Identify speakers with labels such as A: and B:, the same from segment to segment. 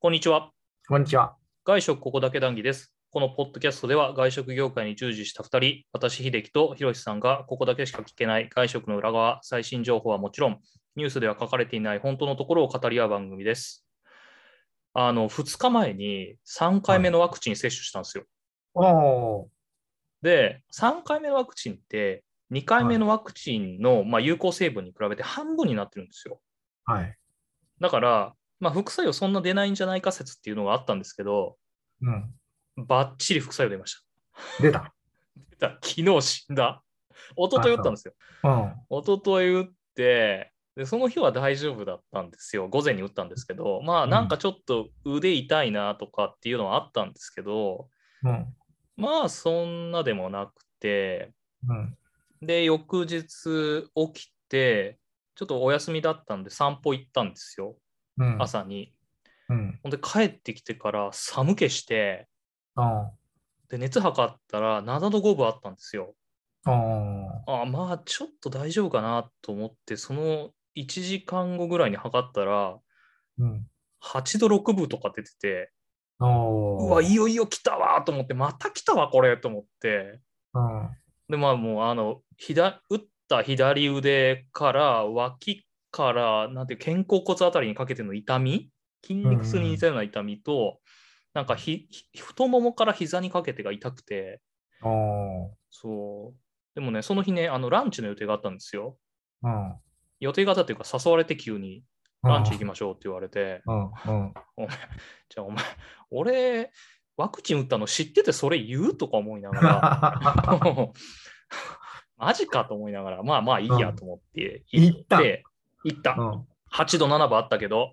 A: こんにちは。
B: こんにちは。
A: 外食ここだけ談義です。このポッドキャストでは外食業界に従事した2人、私、秀樹とひろしさんがここだけしか聞けない外食の裏側、最新情報はもちろん、ニュースでは書かれていない本当のところを語り合う番組です。あの、2日前に3回目のワクチン接種したんですよ。
B: おお
A: で、3回目のワクチンって、2回目のワクチンの、まあ、有効成分に比べて半分になってるんですよ。
B: ー。はい。
A: だから、まあ、副作用そんな出ないんじゃないか説っていうのがあったんですけど、
B: うん。
A: ばっちり副作用出ました。
B: 出た。
A: 出た 昨日死んだ。一昨日打ったんですよ。
B: うん。
A: 一昨日打ってで、その日は大丈夫だったんですよ。午前に打ったんですけど、まあ
B: うん
A: なんかちょっと腕痛いなとかっていうのはあったんですけど、
B: うん。
A: まあそんなでもなくて、
B: うん。
A: で、翌日起きて、ちょっとお休みだったんで散歩行ったんですよ、
B: うん。
A: 朝に。
B: うん。
A: ほんで帰ってきてから寒気して、
B: うん。
A: で、熱測ったら7度5分あったんですよ。
B: うん。
A: あまあちょっと大丈夫かなと思ってその1時間後ぐらいに測ったら
B: うん。
A: 8度6分とか出てて
B: お
A: う
B: お。
A: わい。よいよ来たわと思ってまた来たわこれと思って
B: うん。
A: でまあもうあの左打った左腕から脇からなんていう肩甲骨あたりにかけての痛み筋肉痛に似たような痛みと、なんかひひ太ももから膝にかけてが痛くて
B: おお。
A: そうでもねその日ねあのランチの予定があったんですよ
B: うん。
A: 予定があったっていうか誘われて急にランチ行きましょうって言われて、
B: うん。うん。
A: じゃあお前、 俺、ワクチン打ったの知っててそれ言うとか思いながら、 マジかと思いながら、まあまあいいやと思って
B: うん
A: 行って、行った。
B: うん。
A: 8度7分あったけど、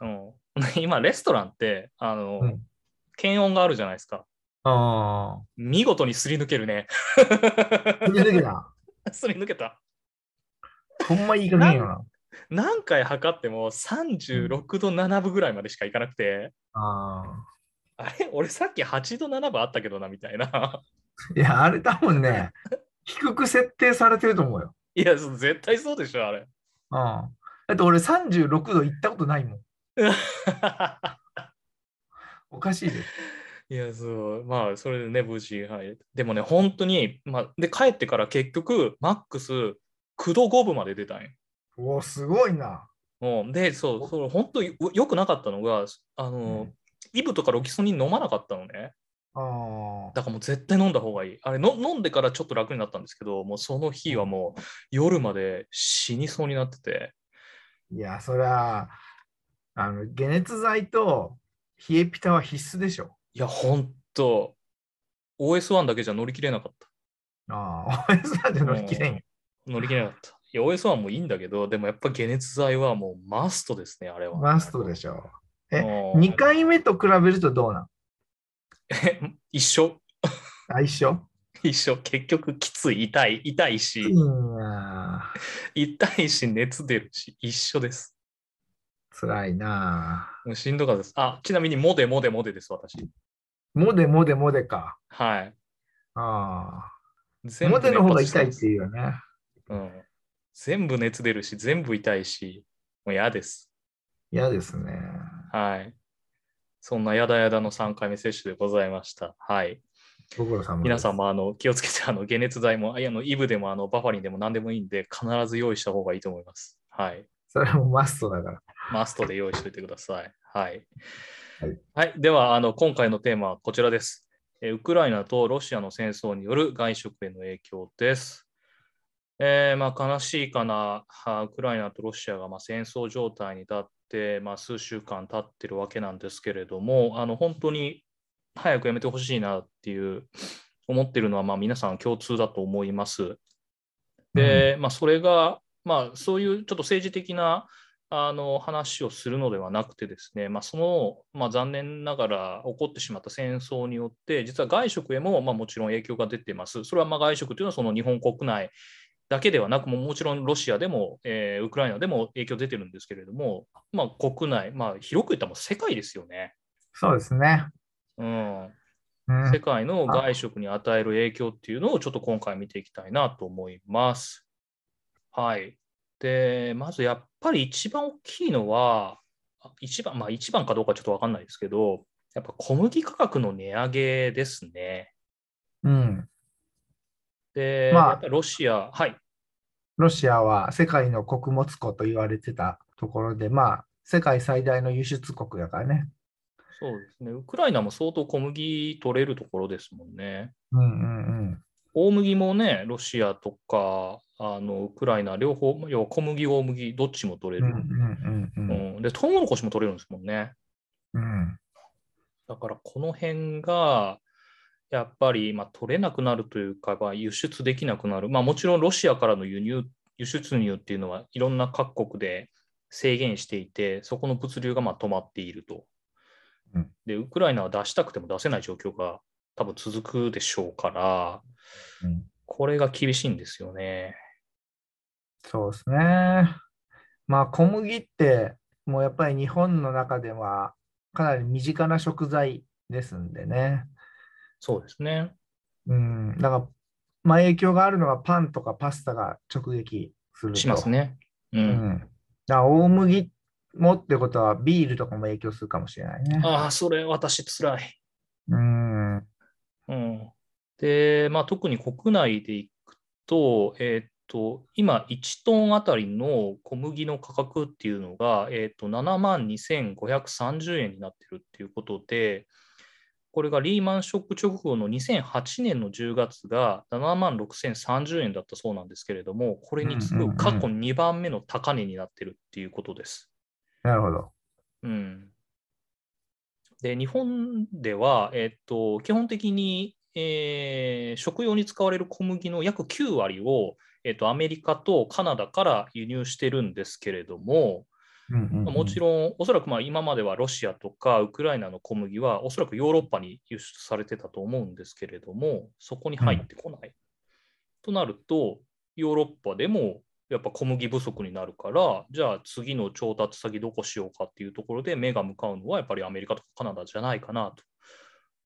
A: うん、 今、レストランって、あの、
B: うん
A: 検温があるじゃないですか。
B: あ
A: 見事にすり抜けるね。
B: あ。出てきた。
A: すり抜けた。
B: ほんまいい加減やな。
A: 何回測っても36度7分ぐらいまでしかいかなくて、
B: あ
A: あれ俺さっき8度7分あったけどな、みたいな。
B: あ。いや、あれ多分ね、低く設定されてると思うよ。
A: いや、そう絶対そうでしょ、あれ。
B: うん。だって俺36度行ったことないもん。おかしいで。
A: いや、そう、まあ、それでね、無事、はい。でもね、本当に、まあ、で、帰ってから結局、マックス9度5分まで出たんよ。
B: おお、すごいな。
A: うん、で、そう、そう本当にう良くなかったのが、あの、
B: うん
A: イブとかロキソニン飲まなかったのね。
B: ああ。
A: だからもう絶対飲んだ方がいい。あれの、飲んでからちょっと楽になったんですけど、もうその日はもう夜まで死にそうになってて。
B: いや、そりゃ、あの、解熱剤と冷えピタは必須でしょ。
A: いや、本当 OS1 だけじゃ乗り切れなかった。
B: ああ、OS なんて乗り切れんよ。
A: 乗り切れなかった。いや、OS はもういいんだけど、でもやっぱ解熱剤はもうマストですね、あれは。
B: マストでしょ。え
A: うん
B: 2回目と比べるとどうなん
A: 一緒、
B: あ、一緒
A: 一緒、結局きつい、痛い、痛いうし、
B: ん、あ
A: 痛いし、熱出るし、一緒です。
B: ー辛いな
A: もうしんどかったです。あ、ちなみに、モデモデモデです、私。
B: あ。モデモデモデか。
A: はい。
B: ああ。
A: 全部
B: モデの方が
A: 熱
B: 痛
A: 出
B: い
A: る
B: っていうよね。
A: うん。全部熱出るし、全部痛いし、もう嫌です。
B: 嫌ですね。
A: はい。そんなやだやだの3回目接種でございました。はい。
B: ご苦労様です。
A: 皆さんもあの気をつけて、あの解熱剤も、あいやあのイブでもあのバファリンでも何でもいいんで、必ず用意した方がいいと思います。はい。
B: それもマストだから。
A: マストで用意しておいてください。はい。
B: はい
A: はい、ではあの、今回のテーマはこちらです。えーウクライナとロシアの戦争による外食への影響です。えーまあ、悲しいかな、あウクライナとロシアがまあ戦争状態に立って、まあ、数週間経ってるわけなんですけれども、あの本当に早くやめてほしいなっていう思ってるのはまあ皆さん共通だと思います。で、まあ、それが、まあ、そういうちょっと政治的なあの話をするのではなくてですね、まあ、その、まあ、残念ながら起こってしまった戦争によって、実は外食へも、まあ、もちろん影響が出ています。それはまあ外食というのはその日本国内だけではなくも、もちろんロシアでも、えーウクライナでも影響出てるんですけれども、まあ、国内、まあ、広く言ったらもう世界ですよね。
B: そうですね。
A: うん、
B: うん。
A: 世界の外食に与える影響っていうのをちょっと今回見ていきたいなと思います。はい。で、まずやっぱり一番大きいのは、あ一番、まあ一番かどうかちょっとわかんないですけど、やっぱ小麦価格の値上げですね。
B: うん。
A: で、
B: まあ
A: やっぱりロシア、はい、
B: ロシアは世界の穀物庫と言われてたところで、まあ、世界最大の輸出国だからね。
A: そうですね。ウクライナも相当小麦取れるところですもんね。
B: うんうんうん。
A: 大麦もね、ロシアとか、あのウクライナ、両方、要は小麦、大麦、どっちも取
B: うん
A: れ
B: う
A: る。
B: んうんうん。
A: うんで、トウモロコシも取れるんですもんね。
B: うん
A: だからこの辺が、やっぱり、まあ、取れなくなるというか、まあ、輸出できなくなる。まあ、もちろんロシアからの輸入、輸出入っていうのはいろんな各国で制限していて、そこの物流がまあ止まっていると
B: うん。
A: で、ウクライナは出したくても出せない状況が多分続くでしょうから、
B: うん
A: これが厳しいんですよね。
B: そうですね。まあ小麦ってもうやっぱり日本の中ではかなり身近な食材ですんでね。
A: そうですね。
B: うん、だから、まあ、影響があるのはパンとかパスタが直撃すると。
A: します。ね。う。
B: うんん、だから大麦もってことはビールとかも影響するかもしれないね。
A: ああ、それ私つらい。
B: うん、
A: うんで、まあ、特に国内でいくと、えーっと、今、1トンあたりの小麦の価格っていうのが、えーっと、7万2530円になってるっていうことで、これがリーマンショック直後の2008年の10月が7万6030円だったそうなんですけれども、これに次ぐ過去2番目の高値になってるっていうことです。
B: なるほど。
A: うんで、日本では、えっと、基本的に、えー食用に使われる小麦の約9割を、えっと、アメリカとカナダから輸入してるんですけれども、
B: うんうん
A: まあもち
B: ろん。
A: ろん、おそらくまあ今まではロシアとかウクライナの小麦は、おそらくヨーロッパに輸出されてたと思うんですけれども、そこに入ってこない。となると、ヨーロッパでもやっぱ小麦不足になるから、じゃあ次の調達先どこしようかっていうところで目が向かうのは、やっぱりアメリカとかカナダじゃないかなと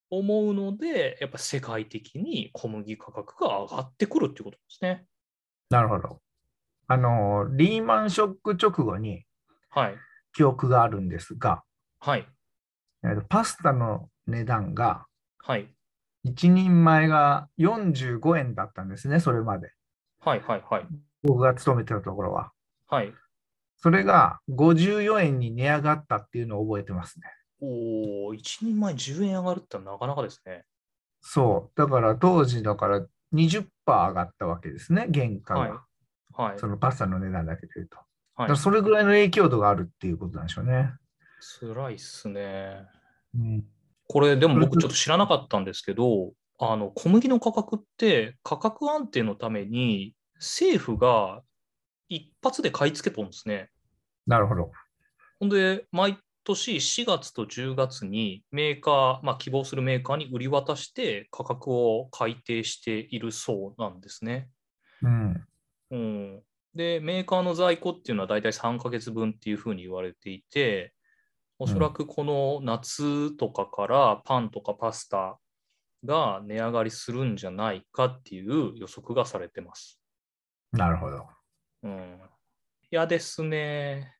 A: 思うので、やっぱ世界的に小麦価格が上がってくるっていうことですね。
B: なるほど。あの、リーマンショック直後に
A: はい。
B: 記憶があるんですが、
A: はい。
B: えーとパスタの値段が
A: はい。
B: 一人前が45円だったんですね、それまで。
A: はい。はい。はい。
B: 僕が勤めてたところは。
A: はい。
B: それが54円に値上がったっていうのを覚えてますね。
A: おお、一人前10円上がるってのはなかなかですね。
B: そう。だから当時だから20%上がったわけですね、原価が。
A: はいはい。
B: そのパスタの値段だけで言うと。だ
A: は
B: から
A: い、
B: それぐらいの影響度があるっていうことなんでしょうね。
A: 辛いっすね。
B: うん、
A: これ、でも
B: そ
A: 僕
B: れ
A: ちょっと知らなかったんですけど、あの小麦の価格って価格安定のために政府が一発で買い付けとんですね。
B: なるほど。
A: ほんで、毎年4月と10月にメーカー、まあ、希望するメーカーに売り渡して価格を改定しているそうなんですね。
B: うん。
A: うん、で、メーカーの在庫っていうのは大体3ヶ月分っていうふうに言われていて、おそらくこの夏とかからパンとかパスタが値上がりするんじゃないかっていう予測がされてます。
B: なるほど。
A: うん、いやですね。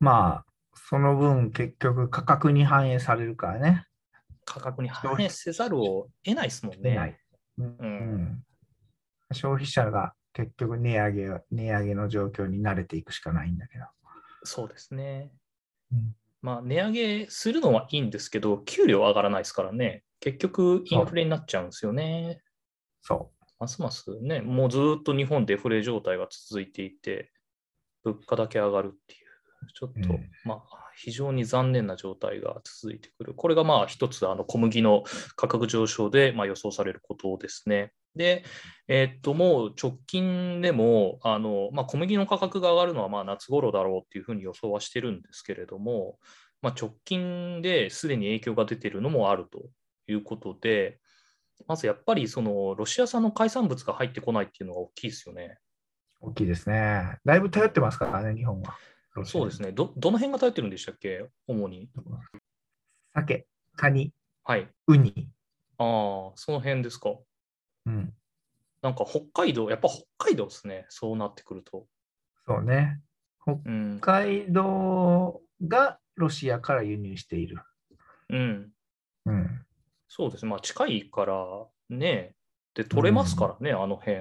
B: まあ、その分結局価格に反映されるからね。
A: 価格に反映せざるを得ないですもんね。
B: ない。うん
A: う
B: うんん、消費者が結局値上げ、値上げの状況に慣れていくしかないんだけど。
A: そうですね。
B: うん
A: まあ、値上げするのはいいんですけど、給料上がらないですからね。結局、インフレになっちゃうんですよね。
B: そ
A: ますますね、もうずーっと日本デフレ状態が続いていて、物価だけ上がるっていう、ちょっと、
B: うん
A: まあ、非常に残念な状態が続いてくる。これがまあ一つ、あの小麦の価格上昇でまあ予想されることですね。で、えーっと、もう直近でも、あのまあ、小麦の価格が上がるのはまあ夏頃だろうっていうふうに予想はしてるんですけれども、まあ、直近ですでに影響が出ているのもあるということで、まずやっぱりそのロシア産の海産物が入ってこないっていうのが大きいですよね。
B: う。大きいですね。だいぶ頼ってますからね、日本は。
A: そうです
B: ね。
A: ね。どどの辺が頼ってるんでしたっけ、主に。
B: 鮭、カニ、
A: はい。
B: ウニ。
A: ああ、その辺ですか。
B: うん。
A: なんか北海道、やっぱ北海道ですね、そうなってくると。
B: そうね。
A: うん、
B: 北海道がロシアから輸入している。
A: うん。
B: うん、
A: そうですね。まあ近いからね、で取れますからね、あの辺。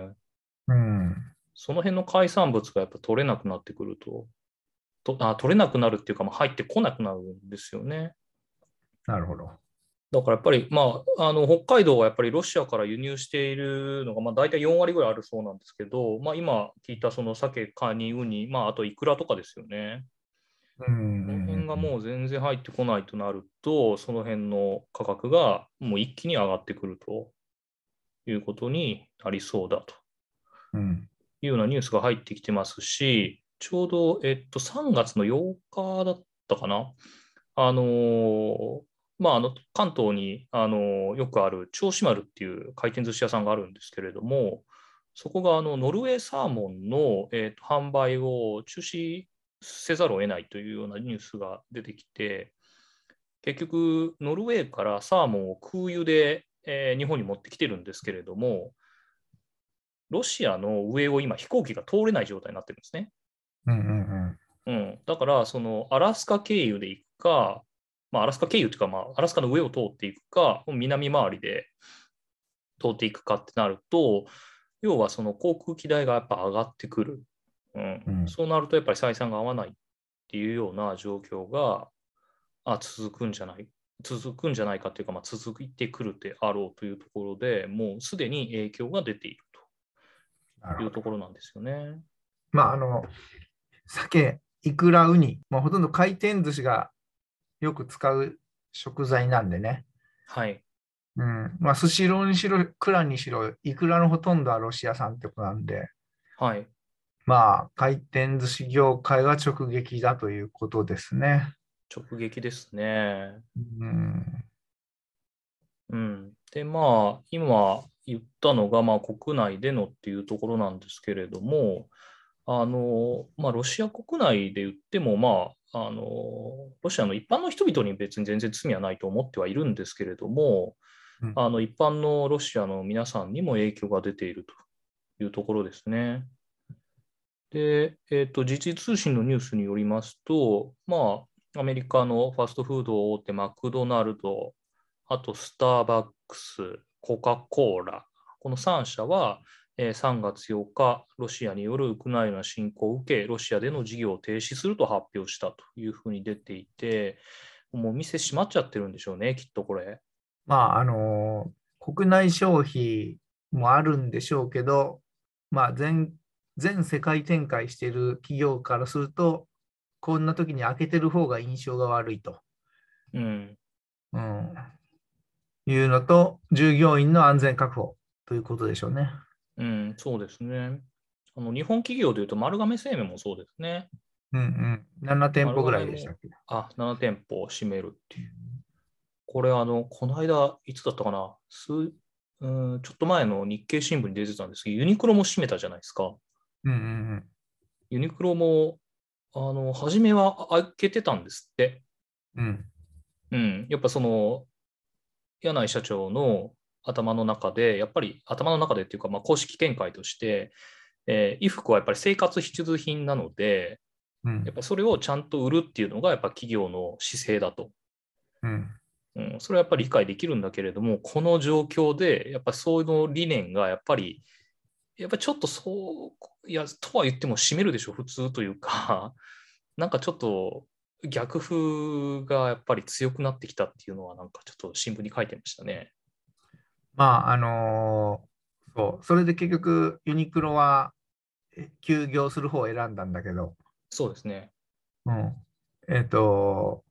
B: うん、
A: その辺の海産物がやっぱ取れなくなってくると、とあ取れなくなるっていうか、まあ、入ってこなくなるんですよね。
B: なるほど。
A: だからやっぱり、まあ、あの北海道はやっぱりロシアから輸入しているのが、まあ、大体4割ぐらいあるそうなんですけど、まあ、今聞いたその鮭、カニ、ウニ、まあ、あとイクラとかですよね。
B: うん、
A: この辺がもう全然入ってこないとなると、その辺の価格がもう一気に上がってくるということになりそうだと。
B: うん、
A: いうようなニュースが入ってきてますし、ちょうど、えっと、3月の8日だったかな、あのーまあ、あの関東に、あのーよくある銚子丸っていう回転寿司屋さんがあるんですけれども、そこがあのノルウェーサーモンの、えっと、販売を中止せざるを得ないというようなニュースが出てきて、結局、ノルウェーからサーモンを空輸で、えー日本に持ってきてるんですけれども、ロシアの上を今、飛行機が通れない状態になってるんですね。
B: うん、
A: う
B: うん、
A: ん、だから、そのアラスカ経由で行くか、まあ、アラスカ経由というか、まあ、アラスカの上を通っていくか、もう南回りで通っていくかってなると、要はその航空機代がやっぱ上がってくる。うん
B: うん
A: そうなると、やっぱり採算が合わないっていうような状況があ続くんじゃない続くんじゃないかというか、まあ、続いてくるであろうというところでもうすでに影響が出ていると。
B: な
A: い
B: る
A: う
B: ほど。
A: ところなんですよね。
B: まあ、あの、鮭、イクラ、ウニ、まあ、ほとんど回転寿司がよく使う食材なんでね。
A: はい。
B: うん、まあ、スシローにしろ、クラにしろ、イクラのほとんどはロシア産ってことなんで、
A: はい。
B: まあ、回転寿司業界が直撃だということですね。
A: 直撃ですね。
B: うん、
A: うん。で、まあ、今言ったのが、まあ、国内でのっていうところなんですけれども、あの、まあ、ロシア国内で言っても、まあ、あの、ロシアの一般の人々に別に全然罪はないと思ってはいるんですけれども
B: うん、
A: あの、一般のロシアの皆さんにも影響が出ているというところですね。で、えっと、時事通信のニュースによりますと、まあ、アメリカのファストフード大手マクドナルド、あとスターバックス、コカ・コーラ、この3社は、えー3月8日、ロシアによるウクライナ侵攻を受け、ロシアでの事業を停止すると発表したというふうに出ていて、もうお店閉まっちゃってるんでしょうね、きっとこれ。
B: まあ、あの国内消費もあるんでしょうけど、まあ、全、全世界展開している企業からすると、こんな時に開けてる方が印象が悪いと、
A: うん、
B: うん、いうのと、従業員の安全確保ということでしょうね。
A: うん、そうですね。あの日本企業でいうと、丸亀製麺もそうですね。
B: うんうん、7店舗ぐらいでしたっけ。
A: あ、7店舗を閉めるっていう。これ、あの、この間、いつだったかな、数うーんちょっと前の日経新聞に出てたんですけど、ユニクロも閉めたじゃないですか。
B: うんうん
A: ユニクロも、あの、初めは開けてたんですって。
B: うんう
A: う
B: ん
A: ん、やっぱその、柳井社長の頭の中で、やっぱり頭の中でっていうか、まあ、公式見解として、えー衣服はやっぱり生活必需品なので、
B: うん
A: やっぱりそれをちゃんと売るっていうのが、やっぱ企業の姿勢だと。
B: うん
A: うん、それはやっぱり理解できるんだけれども、この状況で、やっぱりそういうの理念が、やっぱり、やっぱりちょっとそう、いや、とは言っても、締めるでしょ、普通というか、 なんかちょっと逆風がやっぱり強くなってきたっていうのは、なんかちょっと新聞に書いてましたね。
B: まあ、あのーそう、それで結局、ユニクロはえ休業する方を選んだんだけど、
A: そうですね。
B: うん、えっ、と、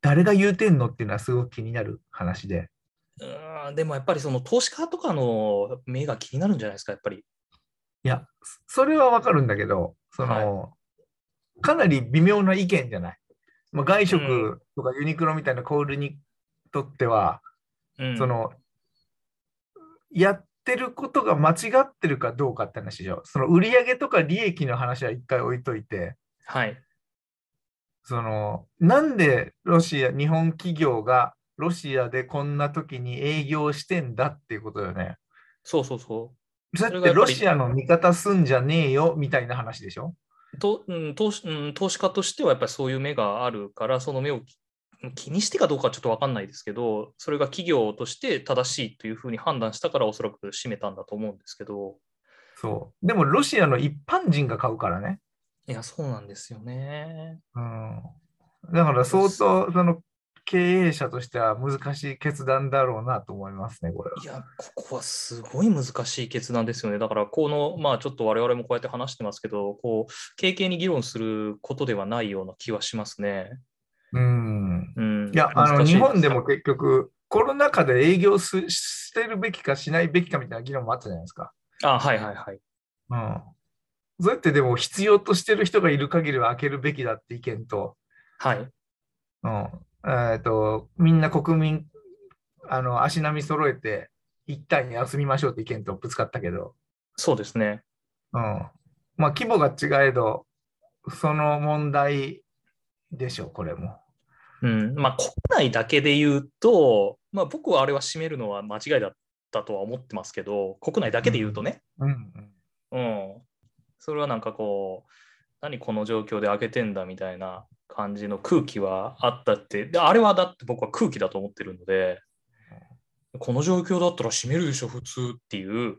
B: 誰が言うてんのっていうのはすごく気になる話で、
A: うーん、でもやっぱりその投資家とかの目が気になるんじゃないですか、やっぱり。
B: いや、そそれはわかるんだけど、その、かなり微妙な意見じゃない。まあ、外
A: う
B: 食とかユニクロみたいな小売りにとっては、
A: うん、
B: その、やってることが間違ってるかどうかって話でしょ。その売上とか利益の話は一回置いといて、
A: はい。
B: その、なんでロシア、日本企業がロシアでこんな時に営業してんだっていうことだよね。
A: そうそうそう。
B: だっ
A: それが
B: て
A: やっぱ
B: ロ
A: り
B: シアの味方すんじゃねえよみたいな話でしょ。
A: とうん投資うん、投資家としてはやっぱりそういう目があるから、その目をき気にしてかどうかちょっと分かんないですけど、それが企業として正しいというふうに判断したから、おそらく閉めたんだと思うんですけど、
B: そう。でもロシアの一般人が買うからね。
A: いや、そうなんですよね。。
B: うん。だから相当、その経営者としては難しい決断だろうなと思いますね、これはい
A: や、ここはすごい難しい決断ですよね。だから、この、まあ、ちょっと我々もこうやって話してますけど、こう、軽々に議論することではないような気はしますね。
B: うん。
A: うん、
B: いや、あの、
A: 難しい
B: 日本でも結局、コロナ禍で営業すしてるべきかしないべきかみたいな議論もあったじゃないですか。
A: あ、はいはいはい。
B: うん。そうやってでも必要としてる人がいる限りは開けるべきだって意見と、
A: はい。
B: うん。えっと、みんな国民、あの、足並み揃えて、一旦休みましょうって意見とぶつかったけど、
A: そうですね。
B: うん。まあ、規模が違えど、その問題でしょう、これも。
A: うん。まあ、国内だけで言うと、まあ、僕はあれは閉めるのは間違いだったとは思ってますけど、国内だけで言うとね、
B: うんうん。
A: うん。それはなんかこう、何この状況で開けてんだみたいな感じの空気はあったって、であれはだって僕は空気だと思ってるので、この状況だったら閉めるでしょ、普通っていう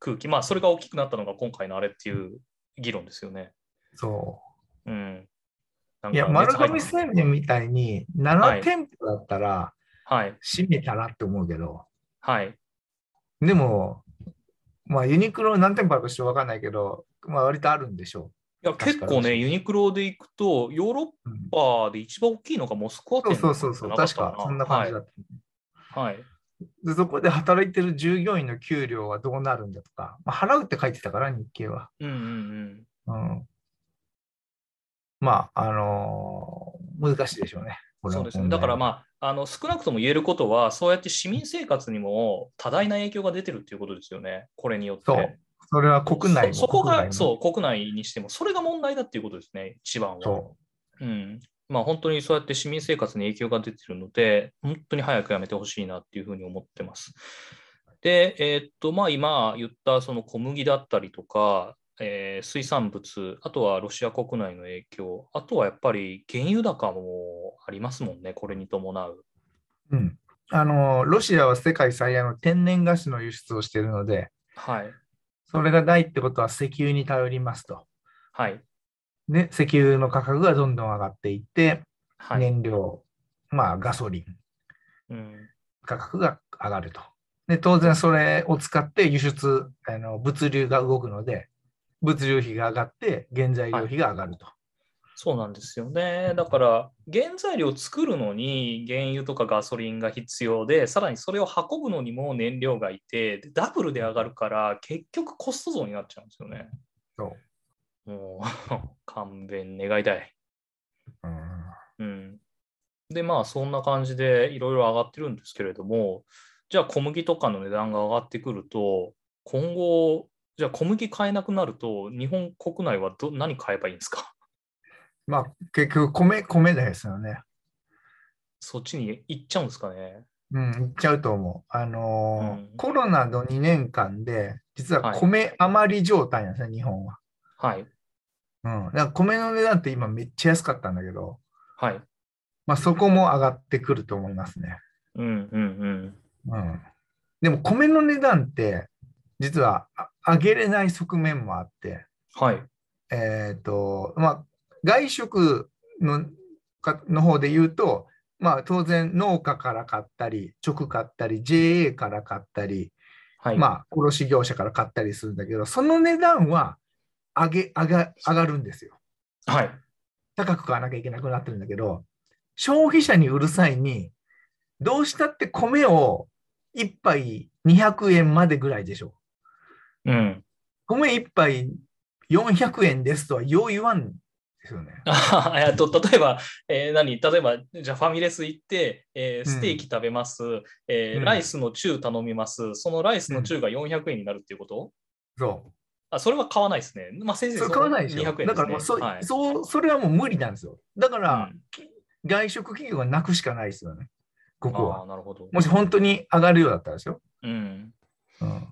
A: 空気。まあ、それが大きくなったのが今回のあれっていう議論ですよね。
B: そ
A: うん。なんか
B: う。いや、
A: 熱
B: 丸
A: 入っ
B: 亀製麺みたいに、7店舗だったら、
A: はい。
B: 閉めたなって思うけど、
A: はい。
B: でも、まあ、ユニクロ何店舗あるかちょっとわかんないけど、まあ、割とあるんでしょ
A: いや、
B: 確かに
A: 結構ね、ユニクロで行くと、ヨーロッ
B: う。うん
A: パで一番大きいのがモスクワ
B: そう
A: 店
B: そうそうそう、
A: な
B: 確
A: った
B: か、そんな感じだった。
A: はい。はい
B: で、そこで働いてる従業員の給料はどうなるんだとか、まあ、払うって書いてたから、日経は。
A: うんうんうん。
B: うん。まあ、あのー難しいでしょうね。これ
A: そ
B: は
A: うですね。だからまあ、あの少なくとも言えることは、そうやって市民生活にも多大な影響が出てるっていうことですよね、これによって。
B: そうそれは国内も
A: そそこが
B: 国外も
A: そう、国内にしても、それが問題だっていうことですね、一番は。
B: そう
A: うん。まあ、本当にそうやって市民生活に影響が出てるので、本当に早くやめてほしいなっていうふうに思ってます。で、えーっと、まあ、今言ったその小麦だったりとか、えー水産物、あとはロシア国内の影響、あとはやっぱり原油高もありますもんね、これに伴う。
B: う。うん。あのーロシアは世界最大の天然ガスの輸出をしているので、
A: はい。
B: それがないってことは石油に頼りますと。
A: はい。
B: で、石油の価格がどんどん上がっていって、
A: はい。
B: 燃料、まあガソリ
A: う
B: ン
A: ん。
B: 価格が上がると。で、当然それを使って輸出、あの物流が動くので、物流費が上がって、原材料費が上がると。
A: そうなんですよね。だから、原材料を作るのに原油とかガソリンが必要で、さらにそれを運ぶのにも燃料がいて、でダブルで上がるから、結局コスト増になっちゃうんですよね。
B: そ
A: もう、 勘弁願いたい。
B: う。
A: う
B: うん
A: ん。で、まあ、そんな感じでいろいろ上がってるんですけれども、じゃあ小麦とかの値段が上がってくると、今後、じゃあ小麦買えなくなると、日本国内はど何買えばいいんですか
B: まあ結局米、米ですよね。
A: そっちに行っちゃうんですかね。
B: うん、いっちゃうと思う。あのー
A: うん
B: コロナの2年間で、実は
A: はい
B: 米余り状態なんですね、日本は。
A: はい。
B: うん。だから米の値段って今めっちゃ安かったんだけど、
A: はい。
B: まあそこも上がってくると思いますね。
A: うんうんうん。
B: うん。でも米の値段って、実はあ上げれない側面もあって、
A: はい。
B: えっ、と、まあ、外食のかの方で言うと、まあ当然農家から買ったり、直買ったり、JA から買ったり、
A: はい。
B: まあ卸業者から買ったりするんだけど、その値段は上げ、上が、上がるんですよ。
A: はい。
B: 高く買わなきゃいけなくなってるんだけど、消費者に売る際に、どうしたって米を1杯200円までぐらいでしょ。
A: うん。
B: 米1杯400円ですとはよう言わんですよね。
A: あ えっと例えば、えー何例えば、じゃあファミレス行って、えーステーキ食べます、えー
B: うん
A: ライスの中頼みます、そのライスの中が400円になるっていうこと、
B: そ
A: あ、それは買わないですね。まあ、先
B: う。
A: 生、
B: それ買わないでしょ。
A: 200円です、ね。
B: だからもうそ、
A: はい、
B: そう、それはもう無理なんですよ。だか
A: う
B: ら、
A: ん
B: 外食企業がなくしかないですよね。ここ
A: ああ、
B: は。
A: なるほど。
B: もし本当に上がるようだったらですよ。
A: うん。
B: うん。
A: い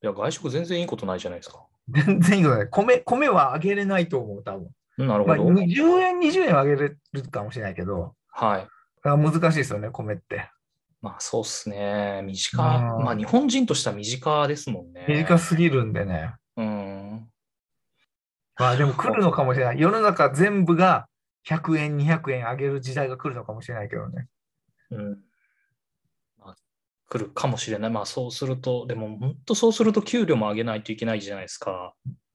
A: や、外食全然いいことないじゃないですか。
B: 全然いいことない。米、米は上げれないと思う、多分。
A: なる
B: ま
A: ほど。
B: あ、20円、20円は上げれるかもしれないけど、
A: はい。
B: だから難しいですよね、米って。
A: まあそうっすね。身近。
B: うん
A: まあ日本人としては身近ですもんね。
B: 短すぎるんでね。
A: うん。
B: ま あでも来るのかもしれない。世の中全部が100円、200円上げる時代が来るのかもしれないけどね。
A: うんまあ、来るかもしれない。まあそうすると、でも本当そうすると給料も上げないといけないじゃないですか。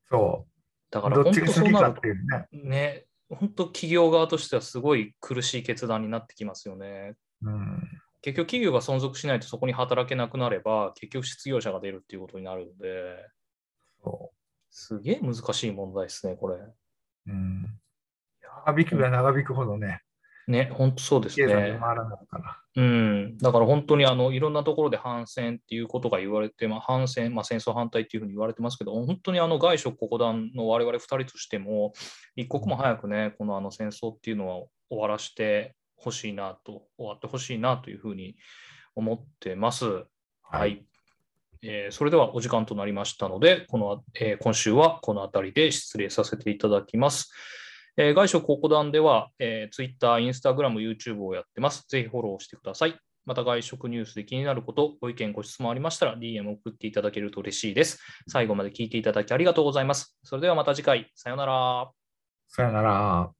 B: そ
A: だか
B: う。
A: ら
B: どっ
A: 本
B: ちが
A: 当そう
B: 先
A: な
B: か
A: る
B: っていうね。
A: とね、本当企業側としてはすごい苦しい決断になってきますよね。
B: うん。
A: 結局企業が存続しないとそこに働けなくなれば、結局失業者が出るっていうことになるので、
B: そ
A: すげえ難しい問題ですね、これ。
B: う。うん。長引けば長引くほどね、
A: ね、本当そうです
B: 経済
A: ね
B: が。回らないから。
A: うん、だから本当にあのいろんなところで反戦っていうことが言われて、まあ、反戦、まあ、戦争反対っていうふうに言われてますけど、本当にあの外食国団の我々2人としても、一刻も早くね、このあの戦争っていうのは終わらせてほしいなと、終わってほしいなというふうに思ってます。はい、
B: はい
A: えーそれではお時間となりましたので、この、えー今週はこの辺りで失礼させていただきます。えー外食国団では、えー、Twitter、Instagram、YouTube をやってます。ぜひフォローしてください。また外食ニュースで気になること、ご意見、ご質問ありましたら DM を送っていただけると嬉しいです。最後まで聞いていただきありがとうございます。それではまた次回。さようなら。
B: さよなら。